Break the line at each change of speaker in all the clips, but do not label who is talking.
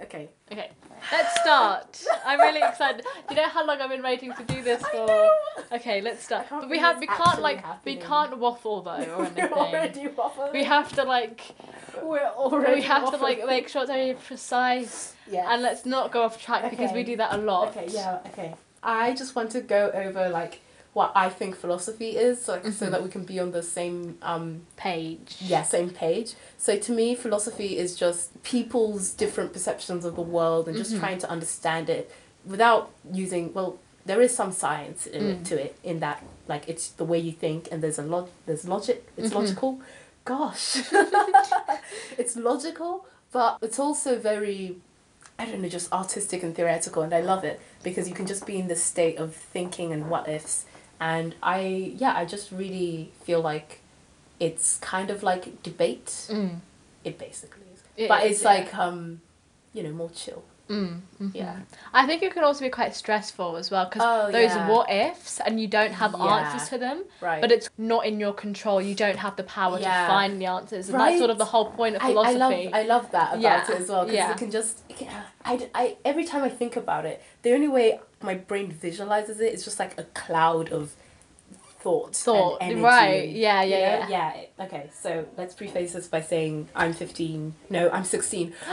Okay.
Okay, let's start. I'm really excited. You know how long I've been waiting to do this for. Okay, let's start.
I can't
But we
believe
have
it's
we can't
actually
like
happening.
we can't waffle though or
We're
anything.
already waffling.
We have to like
We're already.
we have to
waffling.
like make sure it's very precise
Yes.
and let's not go off track because we
Okay.
do that a lot.
Okay. Yeah. Okay. I just want to go over like what I think philosophy is, like so
Mhm.
that we can be on the same um
Page.
yeah same page so to me philosophy is just people's different perceptions of the world and just
Mhm.
trying to understand it without using well there is some science in it,
Mm.
to it in that like it's the way you think and there's a lot there's logic it's
Mhm.
logical gosh it's logical but it's also very i don't know just artistic and theoretical and i love it because you can just be in this state of thinking and what ifs and i yeah i just really feel like it's kind of like debate
Mm.
it basically is
It
but
is,
it's
yeah.
like mm-hmm. um you know more chill
Mm, mhm.
Yeah.
I think it can also be quite stressful as well because
Oh,
those
yeah.
what ifs and you don't have
Yeah.
answers to them,
right
but it's not in your control. You don't have the power
Yeah.
to find the answers, and that's sort of
Right.
the whole point of
I, I
philosophy.
love I love that about
Yeah.
it as well because
Yeah.
it can just it can, I, d- I- every time I think about it the only way my brain visualizes it is just like a cloud of thought
Thought,
and energy
right?
and-
Yeah,
you
yeah,
know? yeah okay so let's preface this by saying I'm 15 no I'm 16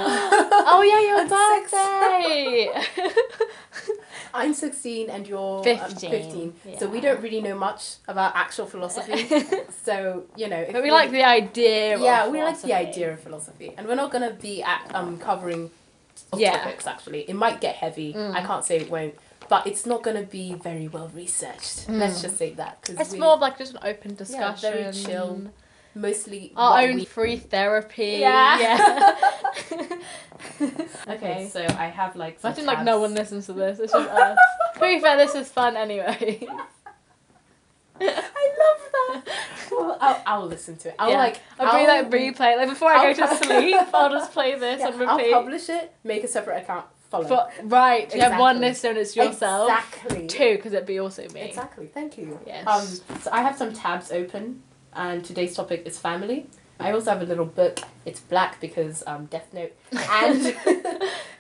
Oh yeah, your
I'm six.
birthday.
I'm 16 and you're um,
15,
15 so we
yeah.
don't really know much about actual philosophy so you know if
but we like the idea. of
yeah, we like the
philosophy.
idea of philosophy, and we're not gonna be at, um covering of
Yeah.
topics. Actually, it might get heavy.
Mm.
I can't say it won't, but it's not gonna be very well researched. Let's just say that because
Mm. It's
we
more of like just an open
Yeah,
discussion.
very chill. mostly
Our
what
own
we-
free therapy.
Yeah.
okay.
So I have like. some
Imagine like no
tabs.
one listens to this. It's just us. to be fair, this is fun anyway.
I love that. Well, I'll, I'll listen to it. I'll
Yeah.
like.
I'll be
I'll-
like replay. Like before I
I'll
go to
pu-
sleep, I'll just play this
yeah,
and
I'll
repeat.
publish it. Make a separate account. Follow.
but right, you have one
Exactly.
listener and it's yourself.
Exactly.
Two, because it'd be also me.
Exactly. Thank you.
Yes.
Um, so I have some tabs open, and today's topic is family. I also have a little book. It's black because um, Death Note, and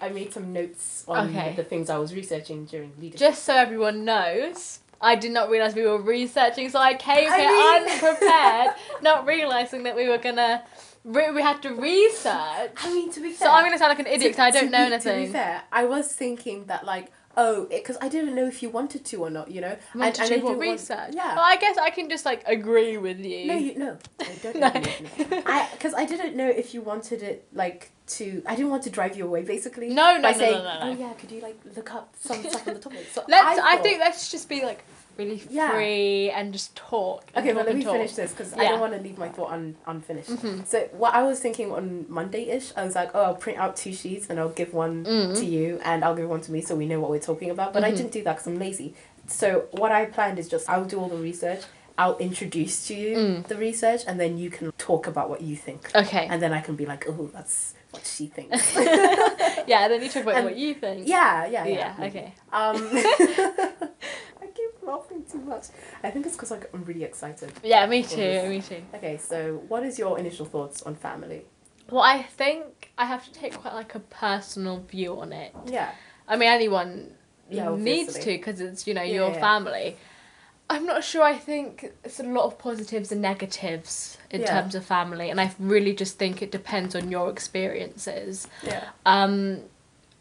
I made some notes on
Okay.
the things I was researching during leadership.
Just so everyone knows, I did not realize we were researching, so I came
I
here
mean-
unprepared, not realizing that we were gonna. Re- we had to research.
I mean, to be fair.
So I'm gonna sound like an idiot. 'cause I
to
don't know
be- To be
anything.
fair, I was thinking that like. Oh, because I didn't know if you wanted to or not, you know.
Want to
and, and
do
I
more
didn't want-
research.
yeah.
Well, I guess I can just like agree with you.
No, you no. no don't
No.
no. I because I didn't know if you wanted it like to. I didn't want to drive you away, basically.
No, no,
by
no,
saying,
no, no, no.
oh yeah, could you like look up some stuff on the topic? So
Let's. I,
thought-
think let's just be like really
Yeah.
free and just talk. and
Okay,
talk
well let
and
me
talk.
finish this because I
Yeah.
don't want to leave my thought un- unfinished.
Mhm.
So what I was thinking on Monday ish, I was like, oh, I'll print out two sheets and I'll give one
Mm.
to you and I'll give one to me so we know what we're talking about. But I
Mhm.
didn't do that because I'm lazy. So what I planned is just I'll do all the research. I'll introduce to you
Mm.
the research and then you can talk about what you think.
Okay.
and then I can be like, oh, that's what she thinks.
yeah. Then you talk about
And-
what you think.
yeah, yeah, yeah.
Yeah. Okay.
Um, I keep laughing too much. I think it's because like, I'm really excited.
Yeah. Me
for
too.
this.
Me too.
Okay, so what is your initial thoughts on family?
Well, I think I have to take quite like a personal view on it.
Yeah.
I mean, anyone
Yeah,
needs to
obviously.
because it's you know
Yeah,
your
yeah, yeah.
family. I'm not sure. I think it's a lot of positives and negatives in
Yeah.
terms of family, and I really just think it depends on your experiences.
Yeah.
um,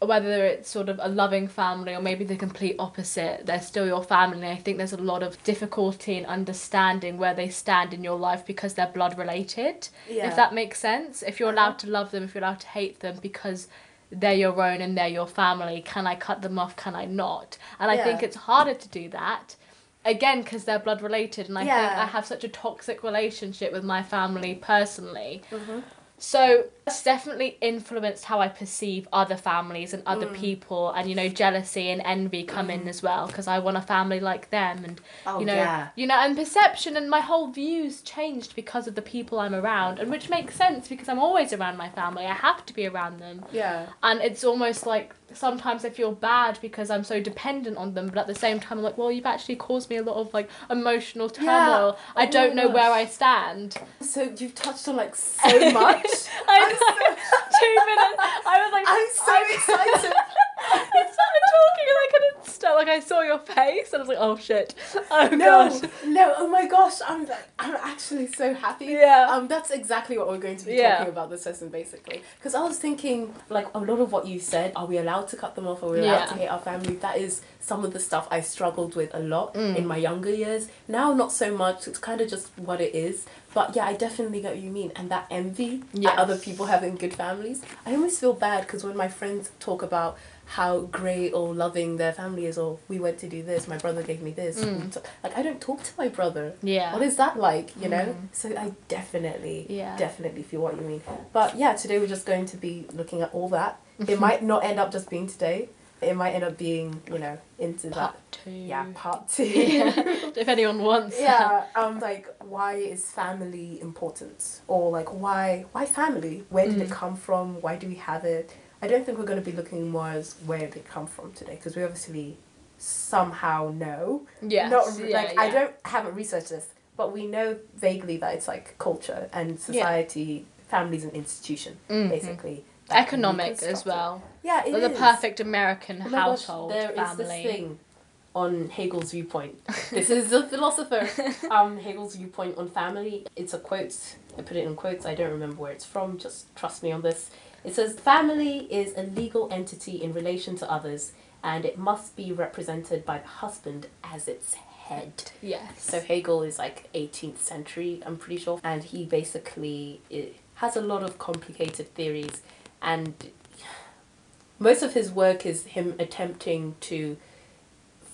whether it's sort of a loving family or maybe the complete opposite, they're still your family. I think there's a lot of difficulty in understanding where they stand in your life because they're blood related,
Yeah.
if that makes sense. If you're
Uh-huh.
allowed to love them, if you're allowed to hate them because they're your own and they're your family, can I cut them off? Can I not? And I
Yeah.
think it's harder to do that. Again, because they're blood related, and I think
Yeah.
I have such a toxic relationship with my family personally.
Mhm.
So that's definitely influenced how I perceive other families and other
Mm.
people, and you know, jealousy and envy come in as well because I want a family like them, and
Oh
you know,
yeah.
you know, and perception and my whole views changed because of the people I'm around, and which makes sense because I'm always around my family. I have to be around them,
Yeah.
and it's almost like sometimes I feel bad because I'm so dependent on them, but at the same time, I'm like, well, you've actually caused me a lot of like emotional
Yeah.
turmoil. I
Oh
don't
my
know where
gosh.
I stand.
So you've touched on like so much.
I know. Two minutes. I was like,
I'm Oh so excited.
you started talking and I couldn't stop. Like I saw your face and I was like, oh shit. Oh
No,
gosh.
no, oh my gosh, I'm like, I'm actually so happy.
Yeah.
Um, that's exactly what we're going to be
Yeah.
talking about this lesson basically. Because I was thinking, like, a lot of what you said, are we allowed to cut them off? Are we allowed
Yeah.
to hate our family? That is some of the stuff I struggled with a lot
Mm.
in my younger years. Now, not so much. It's kind of just what it is. But yeah, I definitely get what you mean. And that envy
Yes.
at other people having good families. I always feel bad because when my friends talk about how great or loving their family is, or we went to do this, my brother gave me this.
Mm.
we t- Like, I don't talk to my brother.
Yeah.
What is that like, you know?
Mm.
So I definitely,
Yeah.
definitely feel what you mean. But yeah, today we're just going to be looking at all that.
Mm-hmm.
It might not end up just being today. It might end up being, you know, into
Part
that.
two.
Yeah, part two.
if anyone wants.
yeah, um, like why is family important, or like why why family? Where did it
Mm.
come from? Why do we have it? I don't think we're going to be looking more as where did it come from today, because we obviously somehow know.
Yes.
Not re-
yeah,
like I
yeah.
don't haven't researched this, but we know vaguely that it's like culture and society, families and institution,
Mhm.
basically. that can be
Economic as
constructed.
well.
Yeah, it
They're the
is.
perfect American
Oh my gosh,
household
there is
family.
this thing on Hegel's viewpoint. This is a philosopher. Um, Hegel's viewpoint on family. It's a quote. I put it in quotes. I don't remember where it's from. Just trust me on this. It says family is a legal entity in relation to others, and it must be represented by the husband as its head.
Yes.
So Hegel is like 18th century, I'm pretty sure, and he basically eh, has a lot of complicated theories, and most of his work is him attempting to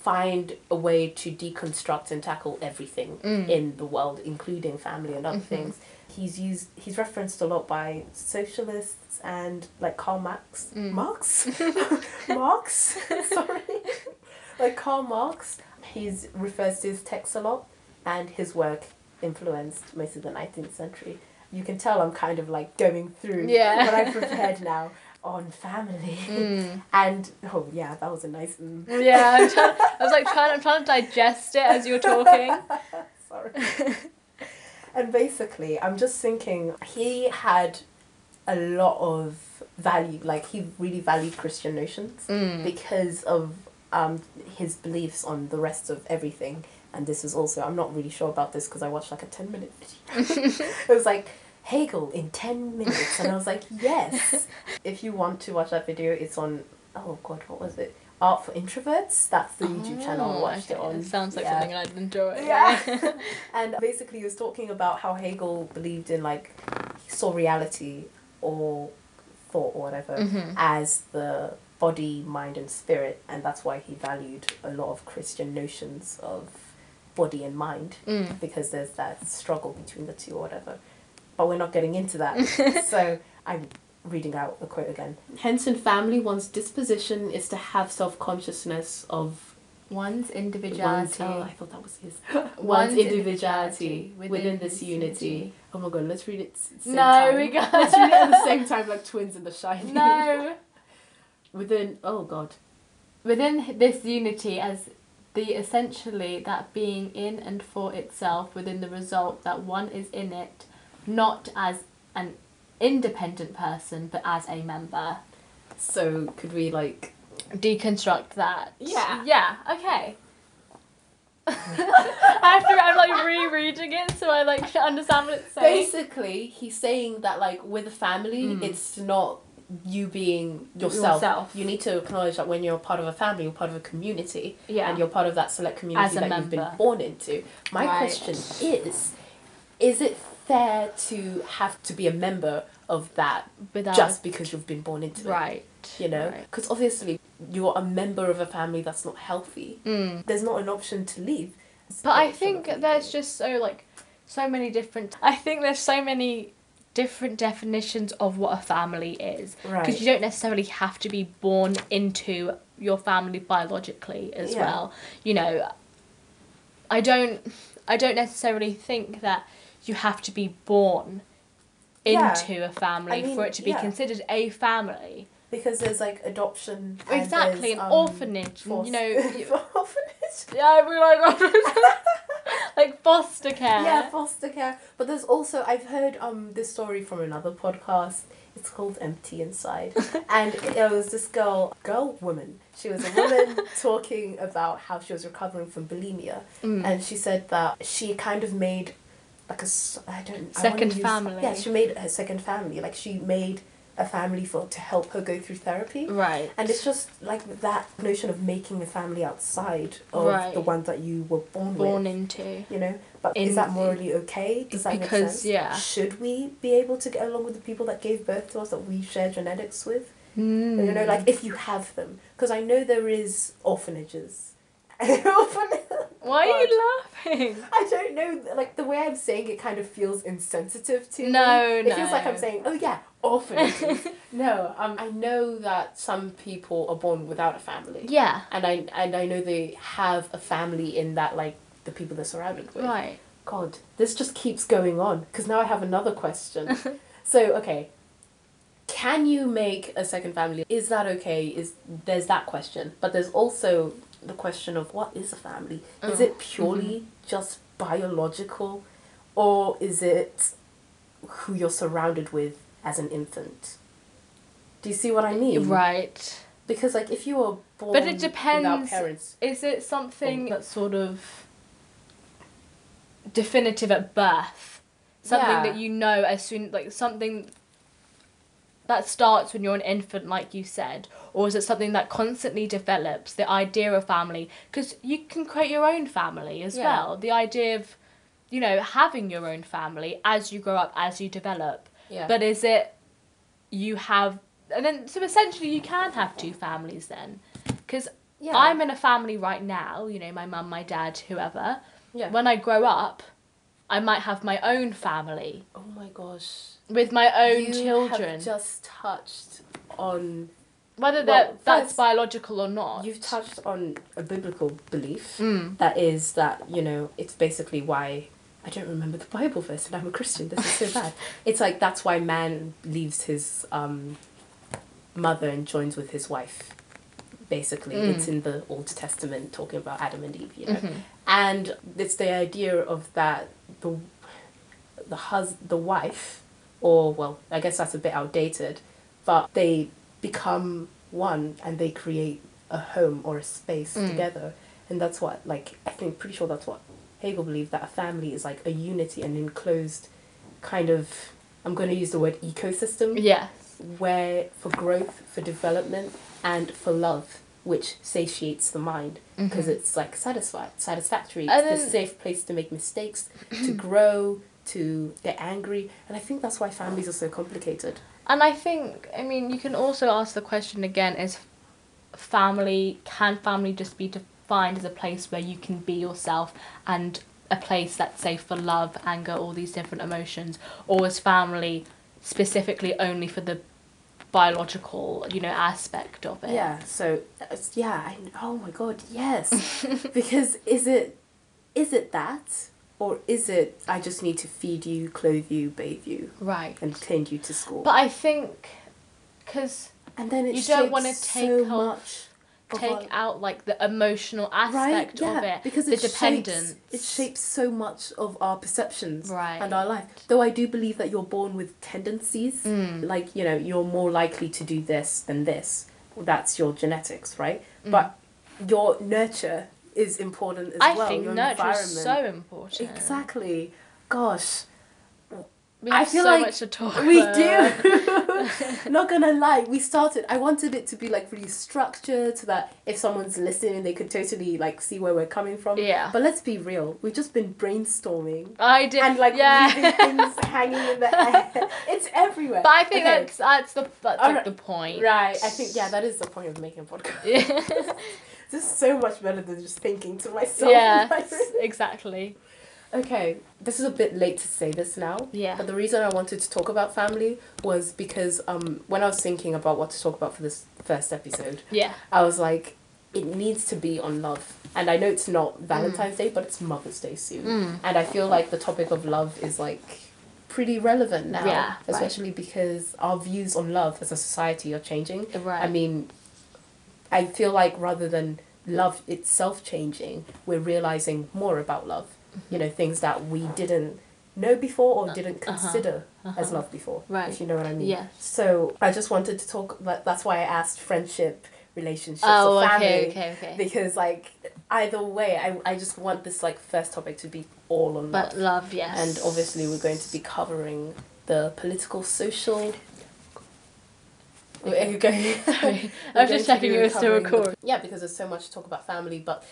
find a way to deconstruct and tackle everything
Mm.
in the world, including family and other
Mhm.
things. He's used he's referenced a lot by socialists and like Karl Marx.
Mm.
Marx? Marx? Sorry. like Karl Marx. He's refers to his texts a lot and his work influenced most of the nineteenth century. You can tell I'm kind of like going through
Yeah.
what I prepared now on family.
Mm.
And oh yeah, that was a nice mm.
Yeah, I'm try- I was like trying. I'm trying to digest it as you're talking.
Sorry. and basically, I'm just thinking he had a lot of value. Like he really valued Christian notions
Mm.
because of um, his beliefs on the rest of everything. And this was also I'm not really sure about this because I watched like a ten minute video. it was like Hegel in ten minutes, and I was like, yes. if you want to watch that video, it's on. Oh God, what was it? Art for Introverts. That's the YouTube channel I
Oh,
watched it
okay.
on.
sounds like
Yeah.
something I'd enjoy.
Yeah. And basically, he was talking about how Hegel believed in like he saw reality or thought or whatever
Mhm.
as the body, mind, and spirit, and that's why he valued a lot of Christian notions of body and mind
Mm.
because there's that struggle between the two or whatever. But we're not getting into
Mm.
that. so I'm reading out the quote again. Hence, in family, one's disposition is to have self consciousness of
One's
One's,
individuality.
oh, I thought that was his. One's,
One's
individuality
individuality
within,
within
this
this
unity.
unity.
Oh my god, let's read it. s- Same
No,
time.
we got-
Let's read it at the same time, like twins in the shining.
No.
Within. Oh god.
Within this unity as the essentially that being in and for itself within the result that one is in it, not as an independent person but as a member.
So could we like?
Deconstruct that.
Yeah. Yeah, okay. After
I'm like rereading it so I like should understand what it's saying.
Basically, he's saying that like with a family,
Mm.
it's not you being yourself.
Yourself.
You need to acknowledge that when you're part of a family, you're part of a community.
Yeah.
and you're part of that select community
As a
that you've been
member.
born into. My
Right.
question is is it fair to have to be a member of that
Without
just because you've been born into
right.
it? You know?
Right.
Because obviously you're a member of a family that's not healthy.
Mm.
There's not an option to leave.
But I think there's just so like so many different. I think there's so many different definitions of what a family is because
Right.
you don't necessarily have to be born into your family biologically as
Yeah.
well. You know, I don't. I don't necessarily think that you have to be born
Yeah.
into a family
I mean,
for it to be
yeah.
considered a family.
because there's like adoption. and
Exactly,
there's,
an
um,
orphanage.
forced-
You know, you-
orphanage.
yeah, I realise like foster care.
Yeah, foster care. But there's also I've heard um this story from another podcast. It's called Empty Inside, and it was this girl, girl, woman. She was a woman talking about how she was recovering from bulimia,
Mm.
and she said that she kind of made like a s- I don't I wanna
Second
use-
family.
Yeah, she made her second family. Like she made a family for to help her go through therapy.
right.
And it's just like that notion of making a family outside of
Right.
the one that you were born, with
born into.
you know but
In-
is that morally okay does that make
because,
sense
yeah.
should we be able to get along with the people that gave birth to us that we share genetics with
Mm.
you know like if you have them because i know there is orphanages Orphan-
Why are you laughing?
I don't know, like the way I'm saying it kind of feels insensitive to me.
No,
It feels like I'm
no.
saying, oh yeah, orphanages. no, um, I know that some people are born without a family.
Yeah.
And I and I know they have a family in that like the people they're surrounded with.
Right.
God, this just keeps going on because now I have another question. so, okay, can you make a second family? Is that okay? Is there's that question, but there's also the question of what is a family? Is
Oh,
it purely
Mm-hmm.
just biological, or is it who you're surrounded with as an infant? Do you see what I
Mm.
mean?
Right.
Because like if you were born
But it
without
depends-
parents,
Is it something
Oh.
that's sort of definitive at birth? Something
Yeah.
that you know as soon like something that starts when you're an infant like you said or is it something that constantly develops the idea of family because you can create your own family as
Yeah.
well the idea of you know having your own family as you grow up as you develop
yeah,
But is it you have and then so essentially you can have two families then because
yeah,
I'm in a family right now, you know, my mum, my dad, whoever.
yeah.
When I grow up, I might have my own family
oh my gosh.
with my own
you
children.
Have just touched on
Whether
well,
that that's
first-
biological or not.
you've touched on a biblical belief
Mm.
that is that you know it's basically why I don't remember the Bible verse and I'm a Christian. This is so bad. It's like that's why man leaves his um, mother and joins with his wife. Basically,
Mm.
it's in the Old Testament talking about Adam and Eve. You know,
Mhm.
and it's the idea of that the the hus the wife or well i guess that's a bit outdated but they become one and they create a home or a space
Mm.
together and that's what like i think pretty sure that's what hegel believed that a family is like a unity and enclosed kind of i'm going to use the word ecosystem
Yes.
where for growth, for development, and for love, which satiates the mind because
Mhm.
it's like satisfied, satisfactory.
And
it's
then-
the safe place to make mistakes, to grow, to get angry, and I think that's why families are so complicated.
And I think I mean you can also ask the question again is family can family just be defined as a place where you can be yourself and a place that's safe for love, anger, all these different emotions, or is family specifically only for the biological, you know, aspect of it?
Yeah. So it's- yeah, I, oh my god, yes, because is it, is it that? Or is it I just need to feed you, clothe you, bathe you,
Right.
and send you to school?
But I think cuz
and then it
you don't
shapes
wanna
so
take off-
much of
take
our-
out like the emotional aspect of it,
Because
the
it
dependence.
Shapes, it shapes so much of our perceptions
Right.
and our life. Though I do believe that you're born with tendencies,
Mm.
like you know, you're more likely to do this than this. That's your genetics, right?
Mm.
But your nurture is important as
I
well.
think
your
nurture is so
environment.
important.
exactly. Gosh,
We
I
have
feel
so
like
much to talk
we
about.
do. Not gonna lie, we started. I wanted it to be like really structured so that if someone's listening, they could totally like see where we're coming from.
Yeah.
But let's be real, we've just been brainstorming
I did.
and like leaving
yeah.
things hanging in the air. It's everywhere.
but I think
Okay.
that's that's the that's like
Alright.
the point.
right. I think yeah, that is the point of making a podcast. This is so much better than just thinking to myself.
yeah. exactly.
Okay, this is a bit late to say this now.
Yeah.
But the reason I wanted to talk about family was because um, when I was thinking about what to talk about for this first episode,
Yeah.
I was like, it needs to be on love. And I know it's not Valentine's Day, but it's Mother's Day soon.
Mm.
And I feel like the topic of love is like pretty relevant now,
Yeah, right.
especially because our views on love as a society are changing.
Mm. Right.
I mean, I feel like rather than love itself changing, we're realizing more about love.
Mm-hmm.
You know, things that we didn't know before or didn't
uh-huh,
consider as
uh-huh.
love before.
Right.
If you know what I mean.
Yes.
So I just wanted to talk. like, That's why I asked friendship, relationships,
Oh,
or family
okay, okay, okay.
because like either way, I I just want this like first topic to be all on love.
But love, yes.
And obviously, we're going to be covering the political, social.
Okay.
Okay.
Sorry, I
We're
was just
going to
checking
be
it was still
recovering the-
recording.
Yeah, because there's so much to talk about family, but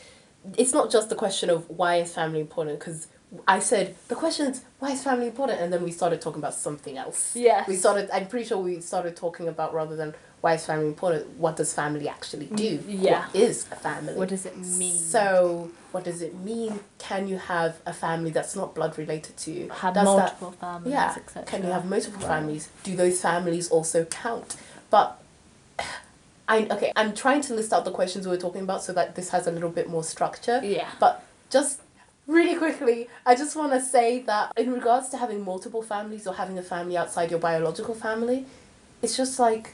it's not just the question of why is family important. Because I said the question's why is family important, and then we started talking about something else.
Yes.
We started. I'm pretty sure we started talking about rather than why is family important. What does family actually do?
yeah.
What is a family?
What does it mean?
So, what does it mean? Can you have a family that's not blood related to you?
have
does that-
multiple families,
yeah.
etc.
Can you have multiple
Right.
families? Do those families also count? But I okay, I'm trying to list out the questions we were talking about so that this has a little bit more structure.
Yeah.
But just really quickly, I just want to say that in regards to having multiple families or having a family outside your biological family, it's just like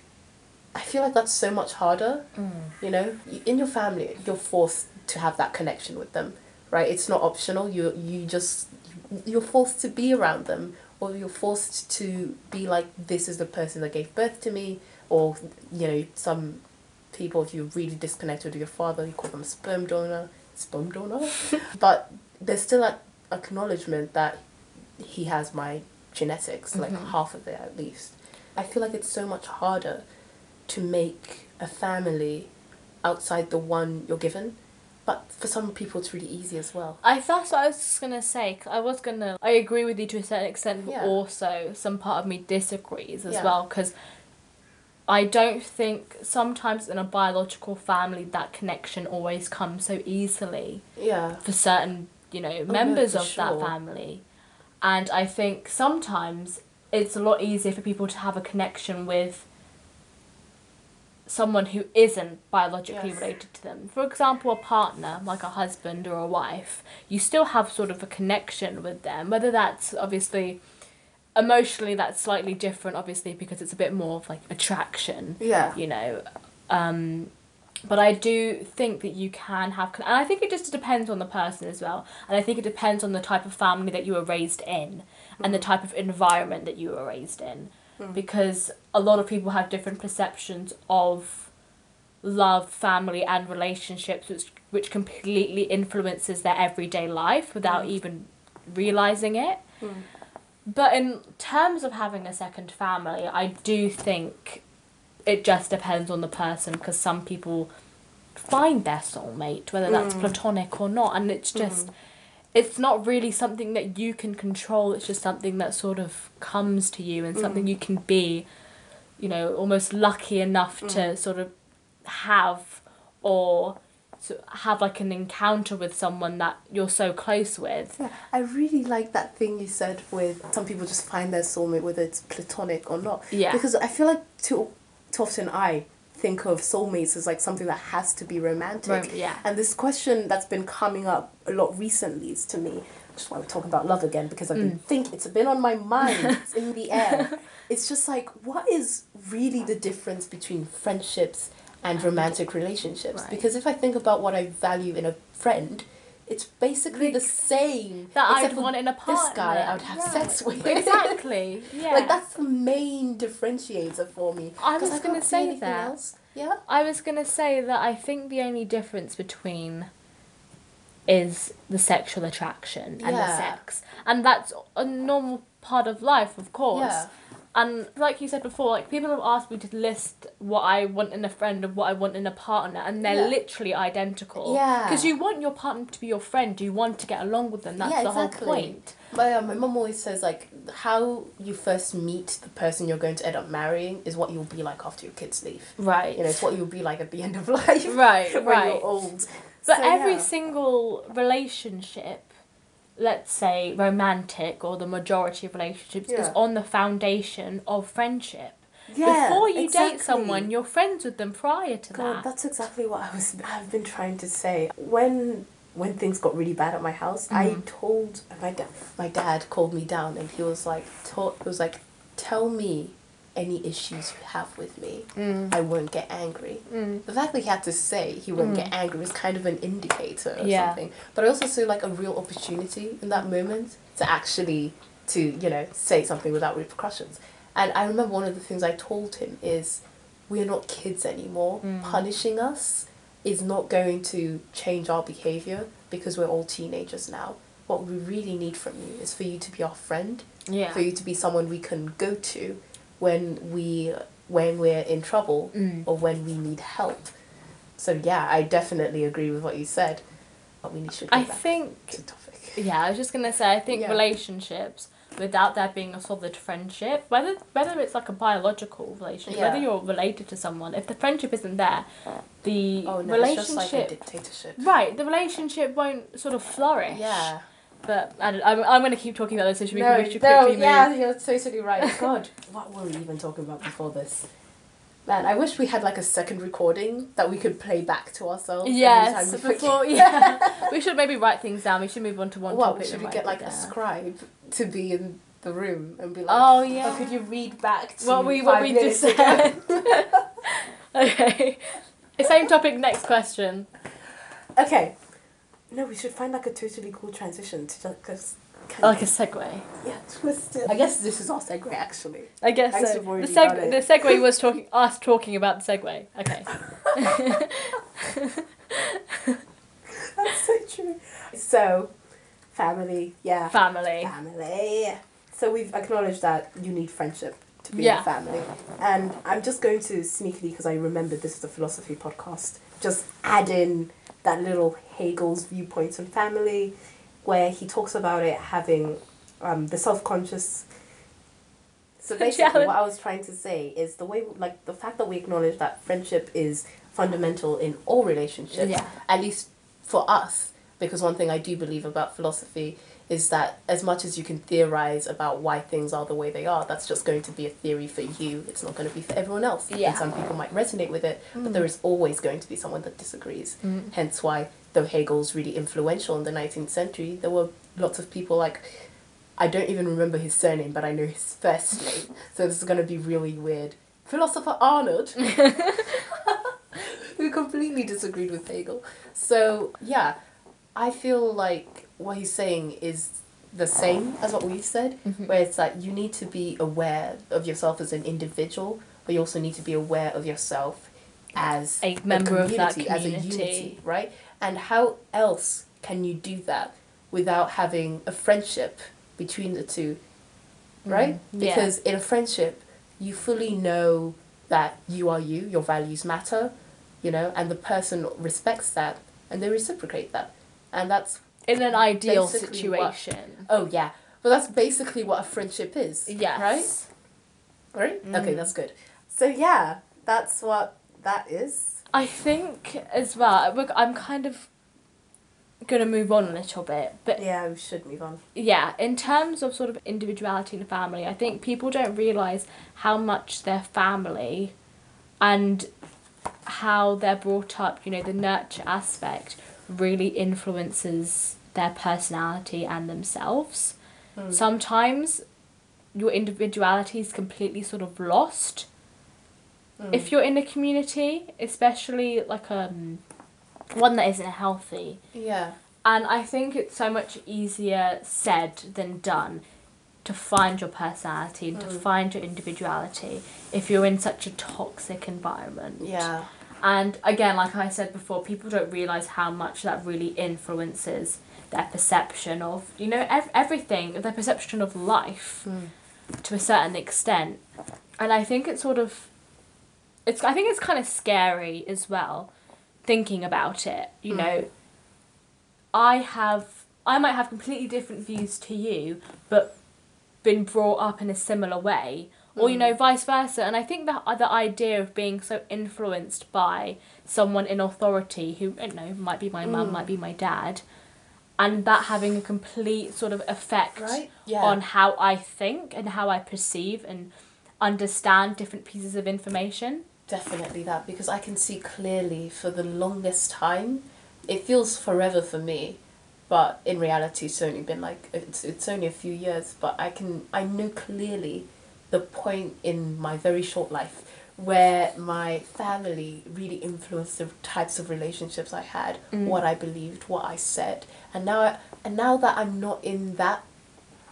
I feel like that's so much harder.
Mm.
You know, Y- in your family, you're forced to have that connection with them, right? It's not optional. You you just you're forced to be around them, or you're forced to be like this is the person that gave birth to me, or you know some people if you're really disconnected with your father, you call them sperm donor, sperm donor, but there's still that acknowledgement that he has my genetics, like half of it at least. I feel like it's so much harder to make a family outside the one you're given. But for some people, it's really easy as well.
I that's what I was just gonna say. 'cause I was gonna. I agree with you to a certain extent, but
Yeah.
also some part of me disagrees as
Yeah.
well because I don't think sometimes in a biological family that connection always comes so easily
Yeah.
um, for certain you know
no,
members
Oh, for
of that
sure.
family, and I think sometimes it's a lot easier for people to have a connection with someone who isn't biologically
Yes.
related to them. For example, a partner, like a husband or a wife, you still have sort of a connection with them, whether that's obviously emotionally that's slightly different obviously because it's a bit more of like attraction
Yeah.
you know um but i do think that you can have and i think it just depends on the person as well and i think it depends on the type of family that you were raised in and the type of environment that you were raised in because a lot of people have different perceptions of love family and relationships which which completely influences their everyday life without even realizing it but in terms of having a second family, I do think it just depends on the person because some people find their soulmate, whether that's platonic or not, and it's just. It's not really something that you can control. It's just something that sort of comes to you and
Mm.
something you can be, you know, almost lucky
Mm.
enough to sort of have or to have like an encounter with someone that you're so close with.
Yeah, I really like that thing you said with some people just find their soulmate whether it's platonic or not.
Yeah.
Because I feel like too, too often I think of soulmates as like something that has to be romantic.
Rom- yeah.
And this question that's been coming up a lot recently is to me, which is why we're talking about love again because I've been
Mm.
think it's been on my mind. it's in the air. It's just like what is really the difference between friendships and romantic relationships?
Right.
Because if I think about what I value in a friend, it's basically the same
That
Except
I'd
for
want in a partner.
this guy I would have
Right.
sex with.
Exactly. Yeah.
Like that's the main differentiator for me.
I
'Cause
was gonna
can't see
say
anything
that.
Else. Yeah.
I was gonna say that I think the only difference between is the sexual attraction and the
Yeah.
sex, and that's a normal part of life, of course.
Yeah.
And like you said before, like people have asked me to list what I want in a friend and what I want in a partner, and they're
Yeah.
literally identical.
Yeah.
Because you want your partner to be your friend, you want to get along with them. That's
Yeah,
the
exactly.
whole point.
My uh, my mum always says like how you first meet the person you're going to end up marrying is what you'll be like after your kids leave.
Right.
You know, it's what you'll be like at the end of life.
Right,
when
right.
you're old.
But
So,
every
yeah.
single relationship, let's say romantic or the majority of relationships, is
Yeah.
on the foundation of friendship.
Yeah,
Before you
exactly.
date someone, you're friends with them prior to
God,
that.
that's exactly what I was. I've been trying to say when when things got really bad at my house, I
Mm-hmm.
told my dad. My dad called me down, and he was like, "Taught." He was like, "Tell me any issues you have with me.
Mm.
I won't get angry." The fact that he had to say he won't get angry was kind of an indicator or
Yeah.
something. But I also saw like a real opportunity in that moment to actually to you know say something without repercussions. And I remember one of the things I told him is, "We're not kids anymore. Punishing us." is not going to change our behavior because we're all teenagers now. What we really need from you is for you to be our friend,
Yeah.
for you to be someone we can go to when we when we're in trouble
Mm.
or when we need help. So yeah, I definitely agree with what you said. But we need should go
I
back
think
to topic.
Yeah, I was just gonna say I think
Yeah.
relationships without there being a solid friendship, whether whether it's like a biological relationship,
Yeah.
whether you're related to someone, if the friendship isn't there, the
Oh no, it's just like a
relationship
dictatorship.
right, the relationship won't sort of flourish.
Yeah.
But I don't, I'm, I'm gonna keep talking about this, so should we, we should quickly move.
yeah, you're totally right. God, what were we even talking about before this? Man, I wish we had like a second recording that we could play back to ourselves. every
Yes,
time we forget.
before yeah, we should maybe write things down. We should move on to one
What
topic.
should
that
we
might
get
be
like
there.
a scribe to be in the room and be like,
Oh yeah.
"Oh, could you read back to
what we
five
what we
minutes
just said. okay, same topic. Next question.
ago?" Okay, no, we should find like a totally cool transition to just cause, kind
Like a
of-
segue.
yeah, twist it. I guess this is our segue actually.
I guess
Thanks,
so.
we've already
the
done it.
seg- the segue was talking us talking about the segue. Okay.
That's so true. So, family, yeah.
Family.
family. So we've acknowledged that you need friendship to be
Yeah.
in family. And I'm just going to sneakily, because I remembered this is a philosophy podcast, just add in that little Hegel's viewpoints on family, where he talks about it having um, the self conscious. So basically,
Challenge.
what I was trying to say is the way, like, the fact that we acknowledge that friendship is fundamental in all relationships,
Yeah.
at least for us, because one thing I do believe about philosophy is that as much as you can theorize about why things are the way they are, that's just going to be a theory for you. It's not going to be for everyone else.
Yeah.
And some people might resonate with it, but there is always going to be someone that disagrees. Hence why, though Hegel's really influential in the 19th century, there were lots of people like, I don't even remember his surname, but I know his first name. so this is going to be really weird. Philosopher Arnold, who completely disagreed with Hegel. So, yeah, I feel like what he's saying is the same as what we've said,
Mm-hmm.
where it's like you need to be aware of yourself as an individual, but you also need to be aware of yourself as
A member of that
as a
community.
unity, right? And how else can you do that without having a friendship between the two, right?
Mm, yeah.
Because in a friendship, you fully know that you are you, your values matter, you know, and the person respects that and they reciprocate that. And that's
In an ideal
Basically what-
situation.
Oh yeah, but that's basically what a friendship is.
Yes. Mm-hmm.
Right. Right. Okay, that's good. So yeah, that's what that is.
I think as well. we're- I'm kind of gonna move on a little bit, but
Yeah, we should move on.
yeah, in terms of sort of individuality in the family, I think people don't realize how much their family and how they're brought up, you know, the nurture aspect really influences their personality and themselves. Sometimes your individuality is completely sort of lost if you're in a community, especially like um one that isn't healthy.
Yeah.
And I think it's so much easier said than done to find your personality and to find your individuality if you're in such a toxic environment.
Yeah.
And again, like I said before, people don't realize how much that really influences their perception of, you know, ev- everything, their perception of life to a certain extent. And I think it's sort of it's I think it's kind of scary as well thinking about it, you know. I have I might have completely different views to you, but been brought up in a similar way or you know vice versa and i think the the idea of being so influenced by someone in authority who i don't know might be my mum might be my dad and that having a complete sort of effect
Right? Yeah.
on how i think and how i perceive and understand different pieces of information
Definitely that because I can see clearly for the longest time it feels forever for me, but in reality, it's only been like it's it's only a few years. But I can I know clearly the point in my very short life where my family really influenced the types of relationships I had,
Mm.
what I believed, what I said, and now I, and now that I'm not in that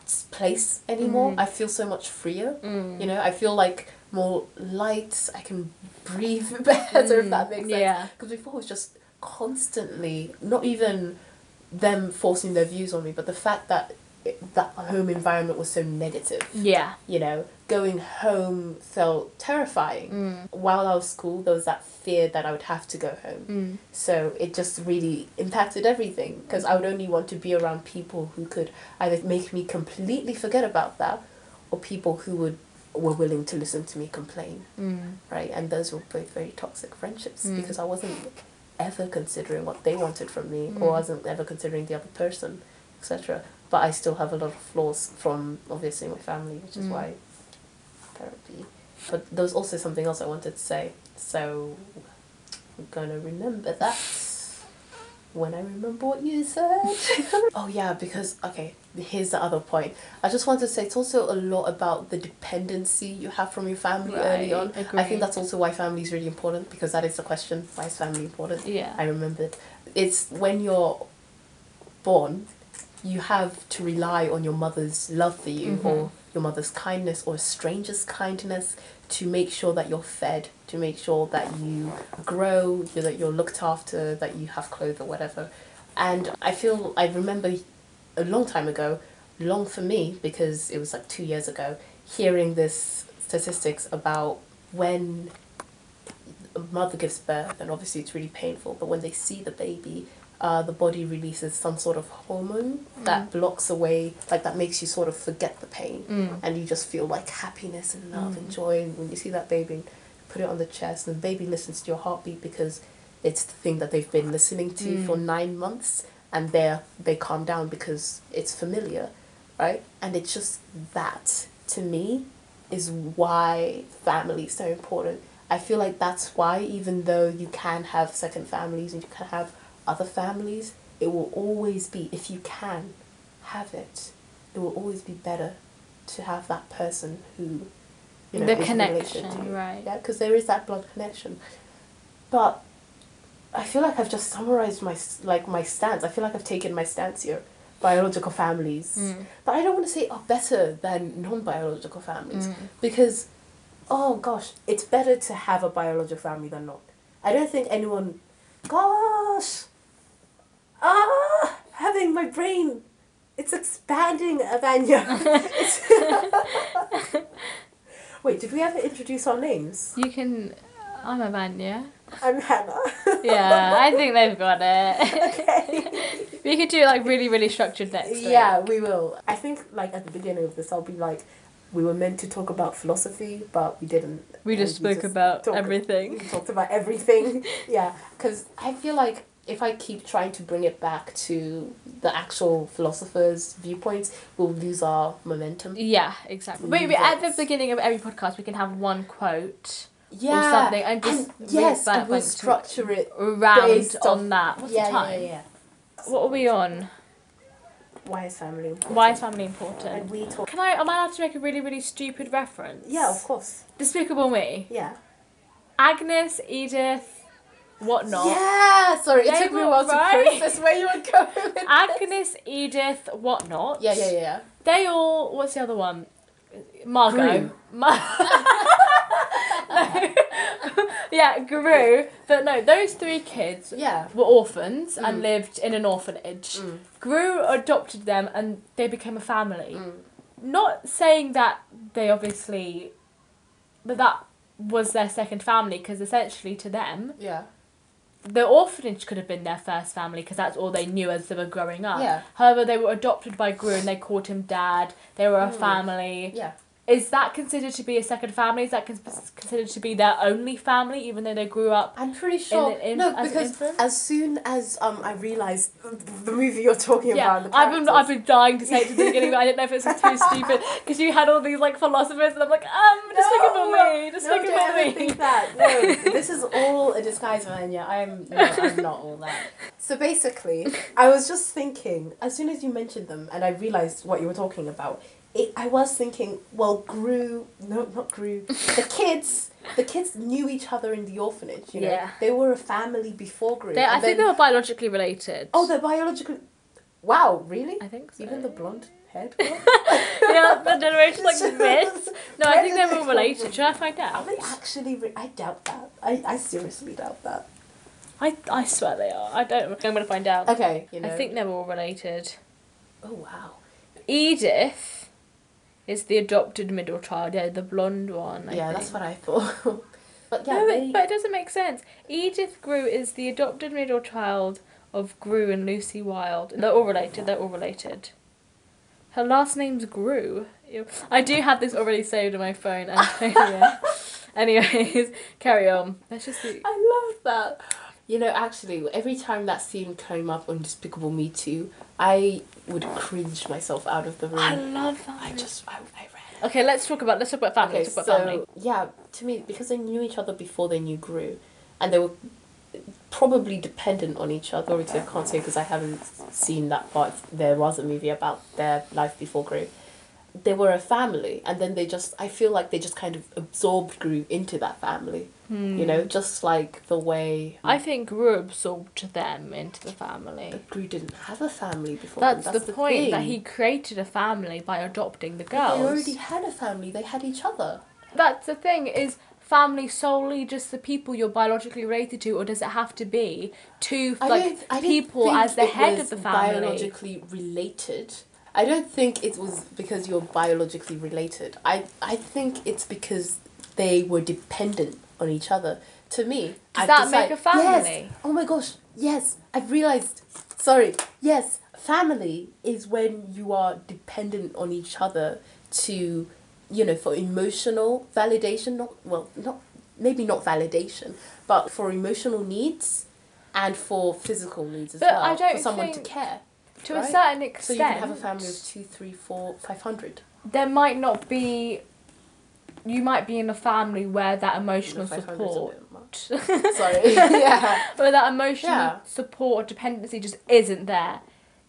s- place anymore,
Mm.
I feel so much freer.
Mm.
You know, I feel like more light. I can breathe better if that
Mm,
makes sense.
Yeah.
Because before it was just constantly, not even them forcing their views on me, but the fact that it, that home environment was so negative.
Yeah.
You know, going home felt terrifying.
Mm.
While I was school, there was that fear that I would have to go home.
Mm.
So it just really impacted everything because I would only want to be around people who could either make me completely forget about that or people who would were willing to listen to me complain
Mm.
right? And those were both very toxic friendships
Mm.
because I wasn't ever considering what they wanted from me, or
Mm.
wasn't ever considering the other person, etc. But I still have a lot of flaws from obviously my family, which is
Mm.
why therapy. But there was also something else I wanted to say, so I'm gonna remember that when I remember what you said. oh yeah, because okay, here's the other point. I just wanted to say it's also a lot about the dependency you have from your family early on.
Right,
I think
agree.
that's also why family is really important because that is the question. Why is family important?
Yeah.
I remembered. It's when you're born, you have to rely on your mother's love for you
Mhm.
or your mother's kindness or a stranger's kindness to make sure that you're fed, to make sure that you grow, you- that you're looked after, that you have clothes or whatever. And I feel, I remember a long time ago, long for me because it was like two years ago, hearing this statistics about when a mother gives birth, and obviously it's really painful, but when they see the baby, uh, the body releases some sort of hormone that blocks away, like that makes you sort of forget the pain,
Mm.
and you just feel like happiness and love and joy. And when you see that baby, and put it on the chest, and the baby listens to your heartbeat because it's the thing that they've been listening to for nine months, and they they calm down because it's familiar, right? And it's just that to me is why family is so important. I feel like that's why, even though you can have second families and you can have other families, it will always be, if you can have it, it will always be better to have that person who, you know,
The
is related to
connection,
you.
right.
Yeah, because there is that blood connection. But I feel like I've just summarized my s- like my stance. I feel like I've taken my stance here. Biological families,
Mm.
but I don't want to say are better than non-biological families
Mm.
because oh gosh, it's better to have a biological family than not. I don't think anyone. Gosh! Ah! Having my brain. It's expanding, Avanya. It's- Wait, did we ever introduce our names?
You can. I'm a man, yeah?
I'm Hannah.
Yeah, I think they've got it.
okay.
we could do like really, really structured next week.
Yeah, we will. I think, like, at the beginning of this, I'll be like, we were meant to talk about philosophy, but we didn't.
We just
And Oh, we
spoke
just
about
talk-
everything.
We talked about everything. yeah, because I feel like if I keep trying to bring it back to the actual philosophers' viewpoints, we'll lose our momentum.
Yeah, exactly. Wait, wait, at the
Yes.
beginning of every podcast, we can have one quote
Yeah.
or something and just.
And-
move
yes,
back,
and we'll
like, to-
structure it
Around
based off-
on that. What's
yeah,
the time?
yeah, yeah.
What are we on?
Why is family important?
Why is family important?
And we talk.
Can I? Am I allowed to make a really, really stupid reference?
Yeah, of course.
Despicable Me.
Yeah.
Agnes, Edith, whatnot.
Yeah. Sorry, it
They
took me a
were
while
right.
to process where you were going. With
Agnes, Edith, whatnot.
Yeah, yeah, yeah.
They all. What's the other one? Margot.
Grew.
Mar- No. yeah, Guru. But no, those three kids
Yeah.
were orphans
Mm.
and lived in an orphanage.
Mm.
Gru adopted them and they became a family.
mm,
Not saying that they obviously. But that was their second family because essentially to them
Yeah.
the orphanage could have been their first family because that's all they knew as they were growing up.
Yeah.
However, they were adopted by Gru and they called him dad. They were a family.
Mm. Yeah.
Is that considered to be a second family? Is that cons- considered to be their only family, even though they grew up?
I'm pretty sure.
the in-
no,
as
because
infant?
as soon as um I realized the movie you're talking
Yeah,
about, the
I've been I've
characters-
been dying to say it to the beginning, but I didn't know if it was too stupid because you had all these like philosophers, and I'm like, um, just think about me, just
no,
think
don't
about
ever
me.
think that. No, this is all a disguise, Vanya. I'm no, I'm not all that. So basically, I was just thinking as soon as you mentioned them, and I realized what you were talking about. It, I was thinking, well, grew no, not grew. The kids, the kids knew each other in the orphanage. You know,
Yeah.
they were a family before grew.
They, I
and
think
then-
they were biologically related.
Oh, they're biologically. Wow, really?
I think so.
Even the blonde haired girl?
yeah, the generation like this. No, I
Where
think
did
they're
they
all
come
related.
from?
Should I find
Are
out?
they actually. Re- I doubt that. I, I seriously doubt that.
I, I swear they are. I don't. I'm gonna find out.
Okay, you know.
I think they're all related.
Oh, wow.
Edith is the adopted middle child. Yeah, the blonde one. I
yeah,
think.
that's what I thought. but yeah,
no, but-
they.
but it doesn't make sense. Edith Grew is the adopted middle child of Grew and Lucy Wilde. They're all related. They're all related. Her last name's Grew. Ew. I do have this already saved on my phone, Antonia. Anyways, carry on. Let's just see.
I love that. You know, actually, every time that scene came up on Despicable Me 2, I would cringe myself out of the room.
I love that.
I just. I, I ran.
Okay, let's talk about let's talk about family.
Okay,
let's talk
so
about family.
yeah, to me, because they knew each other before they knew Gru, and they were probably dependent on each other. Which I can't say because I haven't seen that part. There was a movie about their life before Gru. They were a family, and then they just. I feel like they just kind of absorbed Gru into that family. You know,
Hmm.
just like the way
I think Gru absorbed them into the family.
Gru didn't have a family before. them,
That's, the, point that
thing.
he created a family by adopting the
They already
girls.
had a family. They had each other.
That's the thing is family solely just the people you're biologically related to, or does it have to be two
I
like
don't- I don't
people
think
as the
it
head
was
of the family?
Biologically related. I don't think it was because you're biologically related. I I think it's because they were dependent on each other. To me,
Does
I've
that make
decide-
a family?
Yes. Oh my gosh! Yes, I've realized. Sorry. Yes, family is when you are dependent on each other to, you know, for emotional validation. Not well, not maybe not validation, but for emotional needs and for physical needs as
But
well.
I don't
for someone
think-
to care.
to a
right?
certain extent,
So you can have a family of two, three, four, five hundred.
there might not be. You might be in a family where that emotional
Five hundred's a
support.
bit much. Sorry. yeah.
Where that emotional
Yeah.
support or dependency just isn't there.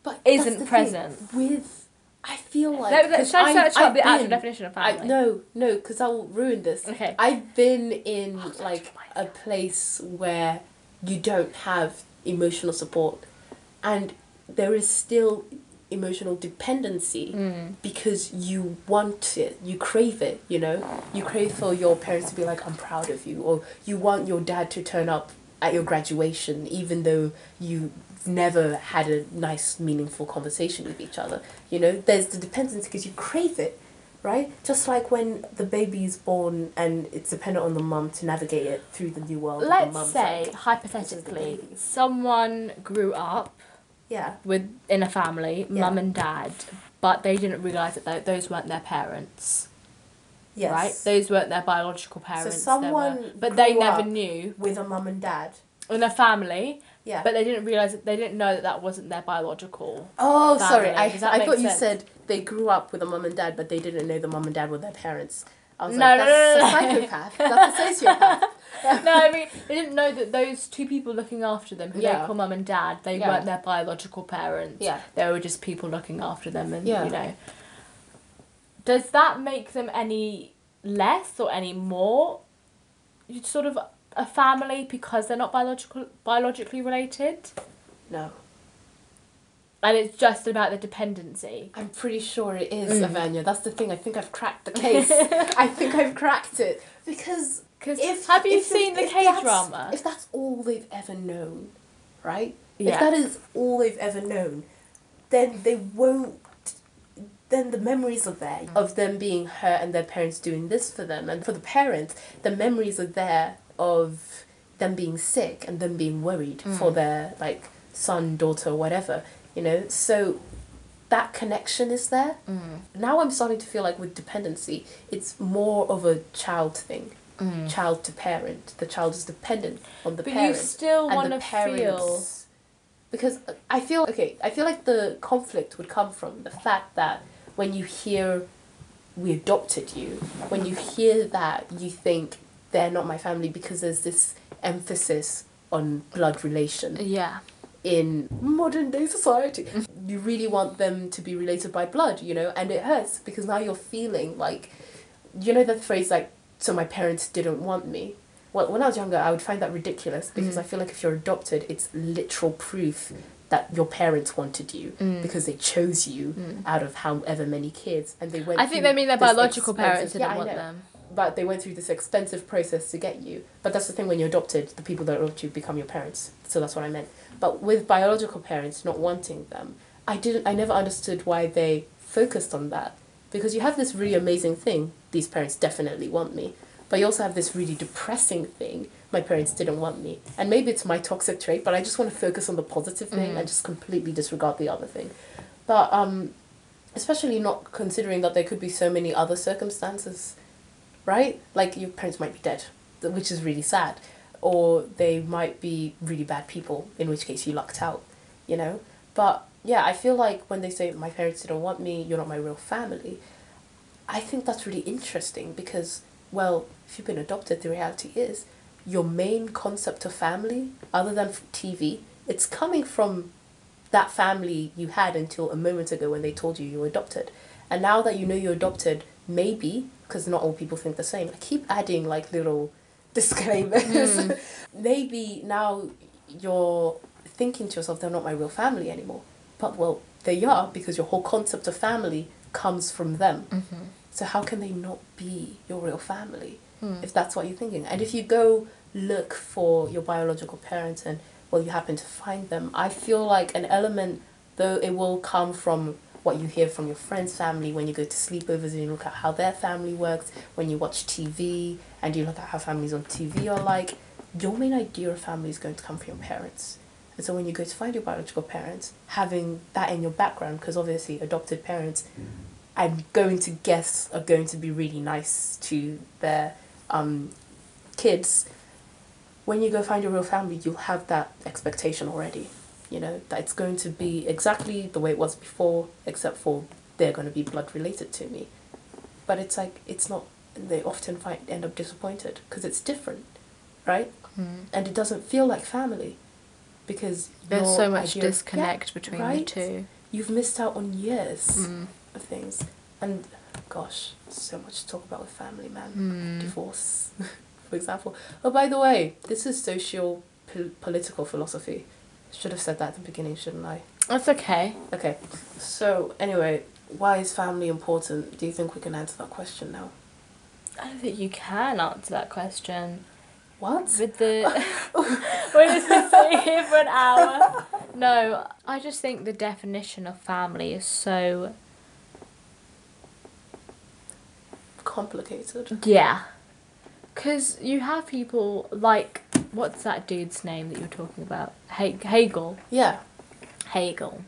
But
Isn't
that's the thing,
present.
with I feel like
Let, let,
'cause
shall I
I've-
search up
I've
the actual
been-
definition of
I,
family?
no, no, because I'll ruin this.
Okay.
I've been in like
remind
a place where you don't have emotional support, and there is still emotional dependency
Mm. Hmm.
because you want it, you crave it. You know, you crave for your parents to be like, "I'm proud of you," or you want your dad to turn up at your graduation, even though you never had a nice, meaningful conversation with each other. You know, there's the dependency because you crave it right? Just like when the baby is born and it's dependent on the mum to navigate it through the new world. that the
Let's
mum's
say,
like-
hypothetically,
Someone grew up
yeah,
with in a family, mum and dad, but they didn't realise that tho- those weren't their parents,
yes.
right? Those weren't their biological parents. they were,
someone
but they
grew
never
up-
knew
with a mum and dad.
in a family,
Yeah.
but they didn't realise that they didn't know that that wasn't their biological.
oh, sorry.
family.
I, I
Does that make
thought you
sense?
said they grew up with a mum and dad, but they didn't know the mum and dad were their parents. I was
No,
like,
no,
that's
no, no, no.
a psychopath. that's a sociopath.
no, I mean they didn't know that those two people looking after them, who they
Yeah.
call mum and dad, they
Yeah.
weren't their biological parents.
Yeah.
they were just people looking after them, and
Yeah.
you know. Does that make them any less or any more? You sort of a family because they're not biological biologically related,
No,
and it's just about the dependency.
I'm pretty sure it
Mm.
is, Avanya. That's the thing. I think I've cracked the case. I think I've cracked it because
Because
if
have you
if-
seen the
if
K
that's-
drama?
If that's all they've ever known, right?
Yeah.
If that is all they've ever known, then they won't. Then the memories are there of them being hurt and their parents doing this for them, and for the parents, the memories are there of them being sick and
Mm.
them being worried for their like son, daughter, whatever. You know, so that connection is there.
Mm.
Now I'm starting to feel like with dependency, it's more of a child thing.
Mm.
Child to parent. The child is dependent on the
But you
parent.
still
and
want
the
to feel.
parents. Because uh, I feel okay. I feel like the conflict would come from the fact that when you hear we adopted you, when you hear that, you think they're not my family because there's this emphasis on blood relation
Yeah.
in modern day society. you really want them to be related by blood, you know, and it hurts because now you're feeling like, you know, that phrase like, so my parents didn't want me. Well, when I was younger, I would find that ridiculous because
Mm.
I feel like if you're adopted, it's literal proof that your parents wanted you
Mm.
because they chose you
Mm.
out of however many kids, and they went.
I think
through
they mean their
this
biological parents
expensive-
didn't
Yeah, I
want
know
them.
but they went through this expensive process to get you. But that's the thing when you're adopted, the people that adopt you become your parents. So that's what I meant. But with biological parents not wanting them, I didn't I never understood why they focused on that. Because you have this really amazing thing, these parents definitely want me. But you also have this really depressing thing, my parents didn't want me. And maybe it's my toxic trait, but I just want to focus on the positive thing
Mm.
and just completely disregard the other thing. But um especially not considering that there could be so many other circumstances right? Like your parents might be dead, th- which is really sad, or they might be really bad people, in which case you lucked out, you know. But yeah, I feel like when they say my parents didn't want me, you're not my real family, I think that's really interesting because well, if you've been adopted, the reality is your main concept of family, other than f- TV, it's coming from that family you had until a moment ago when they told you you were adopted. And now that you know you're adopted, maybe, because not all people think the same, I keep adding like little disclaimers. maybe now you're thinking to yourself, they're not my real family anymore. But well, they are because your whole concept of family comes from them. So how can they not be your real family if that's what you're thinking? And if you go look for your biological parents and well you happen to find them, I feel like an element though it will come from what you hear from your friends' family when you go to sleepovers and you look at how their family works, when you watch TV and you look at how families on TV are like, your main idea of family is going to come from your parents. And so when you go to find your biological parents, having that in your background, because obviously adopted parents I'm going to guess are going to be really nice to their um, kids. When you go find your real family, you'll have that expectation already. You know that it's going to be exactly the way it was before, except for they're going to be blood related to me. But it's like it's not. They often find end up disappointed because it's different, right?
Mm.
And it doesn't feel like family, because
There's
your
so much
idea- yeah,
disconnect between
right?
the two.
You've missed out on years
Mm.
of things. And gosh, so much to talk about with family, man.
Mm.
Divorce, for example. Oh, by the way, this is social pol- political philosophy. Should have said that at the beginning, shouldn't I?
That's okay.
Okay. So anyway, why is family important? Do you think we can answer that question now?
I don't think you can answer that question.
What?
With the we're just gonna sit here for an hour. No, I just think the definition of family is so
Complicated.
yeah, because you have people like what's that dude's name that you're talking about? He- Hegel.
Yeah.
Hegel,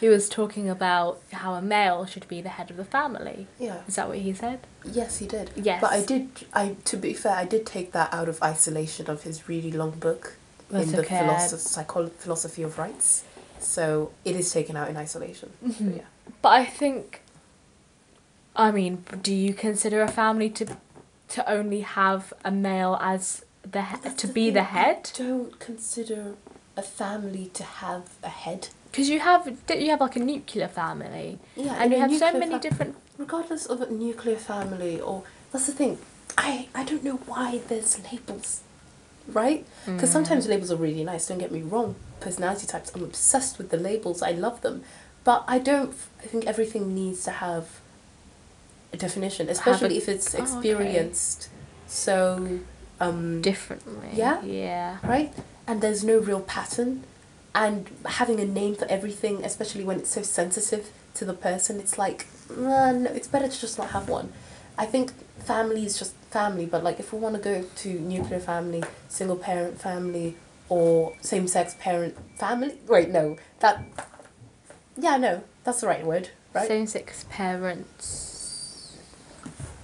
who was talking about how a male should be the head of the family.
Yeah.
Is that what he said?
Yes, he did.
Yes.
But I did. I to be fair, I did take that out of isolation of his really long book
That's
in the
okay.
philosoph- psychol philosophy of rights. So it is taken out in isolation. So,
Mhm.
yeah.
But I think, I mean, do you consider a family to to only have a male as the he-
That's
to
the
be the
thing,
head?
I don't consider a family to have a head.
Because you have don't you have like a nuclear family,
Yeah, in
and you
a
have so
nuclear
many
fa-
different.
Regardless of a nuclear family, or that's the thing. I I don't know why there's labels, right? Because sometimes
Mm.
labels are really nice, don't get me wrong. Personality types, I'm obsessed with the labels, I love them. But I don't, I think everything needs to have a definition, especially if it's
oh, okay.
experienced. So, um,
differently.
Yeah?
Yeah.
right? And there's no real pattern. And having a name for everything, especially when it's so sensitive to the person, it's like, nah, no, it's better to just not have one. I think family is just family, but like if we want to go to nuclear family, single parent family, or same sex parent family, wait, no, that, yeah, no, That's the right word, right?
Same sex parents.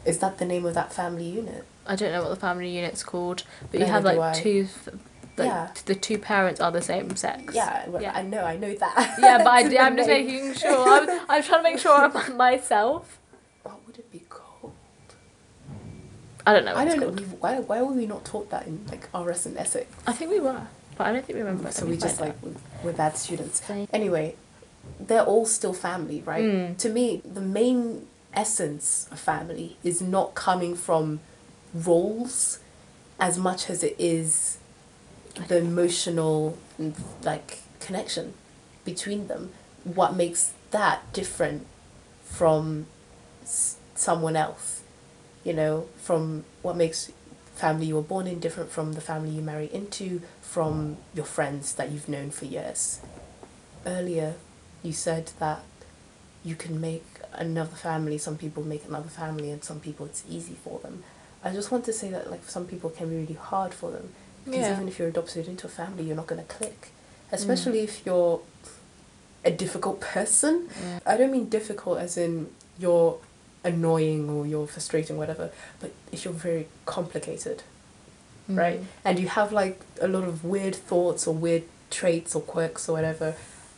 Is that the name of that family unit?
I don't know what the family unit's called, but you
Neither
have
do
like
I.
two. f- Like,
Yeah.
t- The two parents are the same sex.
Yeah, well,
Yeah.
I know, I know that.
Yeah, but I,
It's in
am
the
just
name.
making sure. I'm, I'm trying to make sure I'm myself.
What would it be called?
I don't know. What
I
it's
don't know.
called.
we- Why, why were we not taught that in like RS and Essex?
I think we were, but I don't think we remember.
So
Let
we
me find
just like
out.
we- we're bad students.
Same.
Anyway, they're all still family, right?
Mm.
To me, the main essence of family is not coming from roles as much as it is the emotional mm, like connection between them. What makes that different from s- someone else? You know, from what makes family you were born in different from the family you marry into, from your friends that you've known for years. Earlier, you said that you can make another family, some people make another family, and some people it's easy for them. I just want to say that, like, some people it can be really hard for them because
Yeah. Mm.
even if you're adopted into a family, you're not going to click, especially if you're a difficult person.
Mm.
I don't mean difficult as in you're annoying or you're frustrating, whatever, but if you're very complicated
Mm.
right? And you have like a lot of weird thoughts or weird traits or quirks or whatever.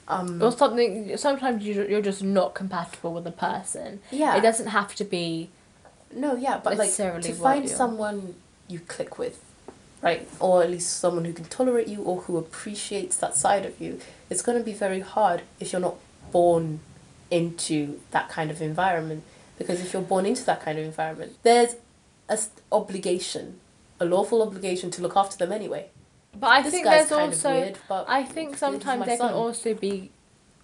Um,
Or something. Sometimes you you're just not compatible with a person.
yeah.
It doesn't have to be.
no, yeah, but like
necessarily
to
what
find
you-
someone you click with, right? Or at least someone who can tolerate you or who appreciates that side of you. It's going to be very hard if you're not born into that kind of environment. Because if you're born into that kind of environment, there's an obligation, a lawful obligation to look after them anyway.
But I
This
think
guy's
there's
kind of
also.
weird, but
I think
this is my
sometimes there can
son.
also be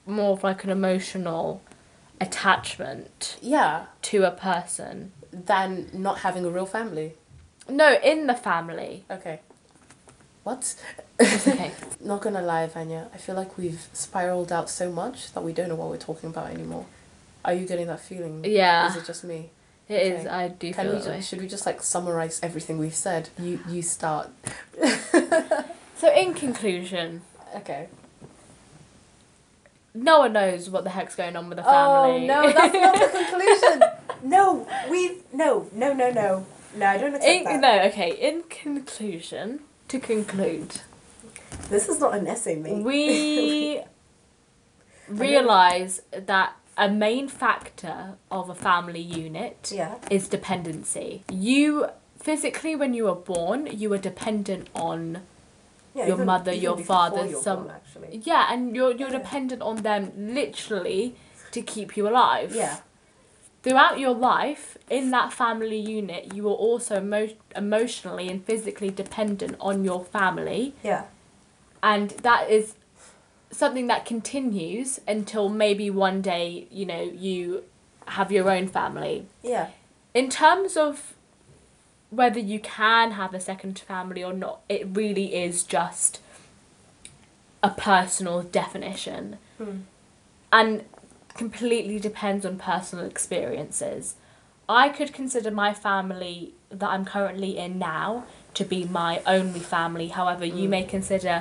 more of like an emotional attachment
yeah.
to a person.
than not having a real family.
No, in the family.
Okay. What?
It's okay.
Not gonna lie, Vanya, I feel like we've spiraled out so much that we don't know what we're talking about anymore. Are you getting that feeling?
Yeah,
Is it just me?
it is.
okay.
I do
Can
feel
we
that way.
just, should we just like summarize everything we've said? You you start.
So, in conclusion,
Okay.
no one knows what the heck's going on with the family.
Oh no, that's not the conclusion. no, we've no, no, no, no. No, I don't accept
In,
that.
no, okay. In conclusion, to conclude,
This is not an essay, mate.
we realise that a main factor of a family unit
yeah.
is dependency. You physically, when you are born, you are dependent on
yeah
Your mother, your
before
father,
you're
some-
born, actually.
yeah, and you're you're
Yeah.
dependent on them literally to keep you alive.
Yeah.
Throughout your life, in that family unit, you are also emo- emotionally and physically dependent on your family,
Yeah.
and that is something that continues until maybe one day, you know, you have your own family.
Yeah.
In terms of whether you can have a second family or not, it really is just a personal definition and completely depends on personal experiences. I could consider my family that I'm currently in now to be my only family. However, you
Mm.
may consider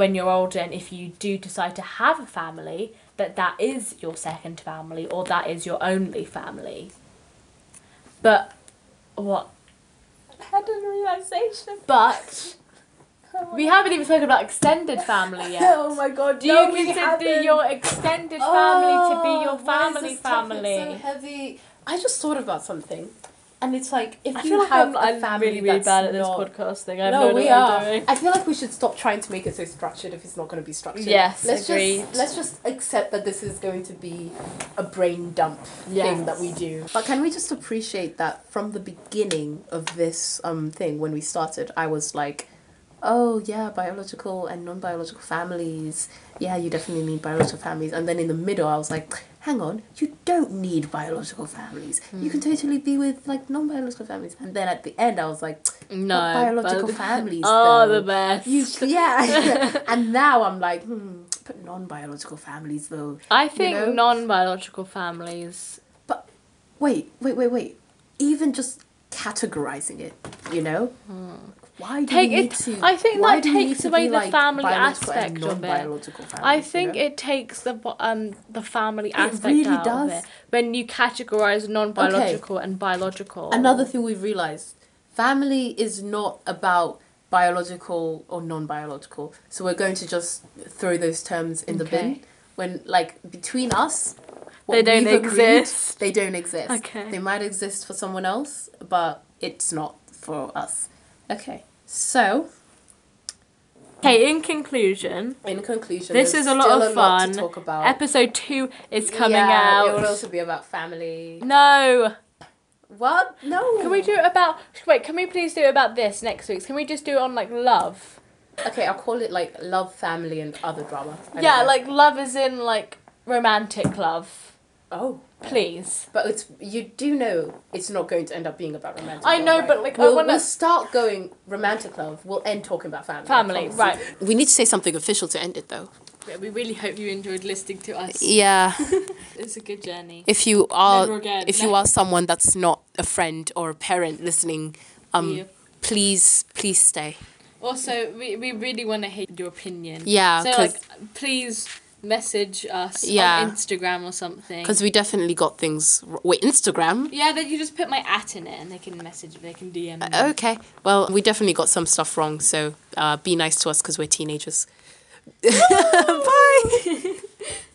when you're older and if you do decide to have a family that that is your second family or that is your only family. But what?
Head and realization.
But we haven't even spoken about extended family yet.
Oh my god!
Do
no, we
you consider
haven't.
your extended family to
Oh,
be your
why is
family
this topic
family?
So heavy. I just thought about something, and it's like if
I
you
feel like
have
I'm,
a
I'm
family
really, really
that's
bad at this
not-
podcast thing. I have
No,
no
we
idea what
are.
I'm doing.
I feel like we should stop trying to make it so structured if it's not going to be structured.
Yes,
let's
agreed.
just let's just accept that this is going to be a brain dump thing
Yes.
that we do. But can we just appreciate that from the beginning of this um thing when we started, I was like, oh yeah, biological and non-biological families. Yeah, you definitely need biological families. And then in the middle, I was like. Hang on, you don't need biological families. You can totally be with like non-biological families. And then at the end, I was like,
No,
but biological families.
Oh,
though.
the best.
You, yeah. and now I'm like, hmm, but non-biological families though.
I think
know?
non-biological families.
But wait, wait, wait, wait. Even just categorizing it, you know, Why do
Hmm. Take
you need
it-
to?
I think
why
that
do you need
takes
to
away
be,
the
like,
family
biological and
aspect of it.
non-biological
I
families, you
think
know?
it takes the bo- um the family aspect
really
out of
does.
it when you categorize non-biological and biological.
Another thing we've realized family is not about biological or non biological. So we're going to just throw those terms in the
Okay.
bin. When, like, between us,
They don't
we've
exist.
they don't exist.
Okay.
They might exist for someone else, but it's not for us. Okay. So,
Okay, in conclusion,
in conclusion,
This
there's
is a lot
still
of
lot to
fun.
talk about.
episode two is coming
Uh, Yeah, It would
out.
also be about family.
No,
What? No.
can we do it about? Wait, can we please do it about this next week's? Can we just do it on like love?
Okay, I'll call it like love, family, and other drama. I don't
yeah,
know.
like love is in like romantic love.
oh.
Please.
But it's you do know it's not going to end up being about romantic.
I
love,
know,
right?
but, like, I
we'll,
wanna-
we'll start going romantic love. We'll end talking about family. I
Family,
promise.
right.
We need to say something official to end it, though.
Yeah, we really hope you enjoyed listening to us.
Yeah,
It's a good journey.
if you
Never
are
again.
if you are someone that's not a friend or a parent listening, um,
Yeah.
please please stay.
Also, we, we really want to hear your opinion.
Yeah,
So,
'cause-
like, please message us
Yeah.
on Instagram or something.
Because we definitely got things. r- Wait, Instagram.
yeah, then you just put my at in it and they can message, they can DM me.
Okay, well, we definitely got some stuff wrong, so uh, be nice to us because we're teenagers. Bye!